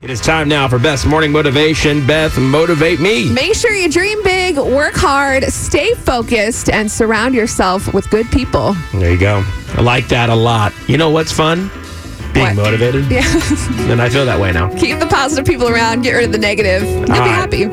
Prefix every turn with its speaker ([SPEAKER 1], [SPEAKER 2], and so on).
[SPEAKER 1] It is time now for Beth's Morning Motivation. Beth, motivate me.
[SPEAKER 2] Make sure you dream big, work hard, stay focused, and surround yourself with good people.
[SPEAKER 1] There you go. I like that a lot. You know what's fun? Being
[SPEAKER 2] What?
[SPEAKER 1] motivated.
[SPEAKER 2] Yeah.
[SPEAKER 1] And I feel that way now.
[SPEAKER 2] Keep the positive people around, get rid of the negative. You'll be
[SPEAKER 1] All right.
[SPEAKER 2] happy.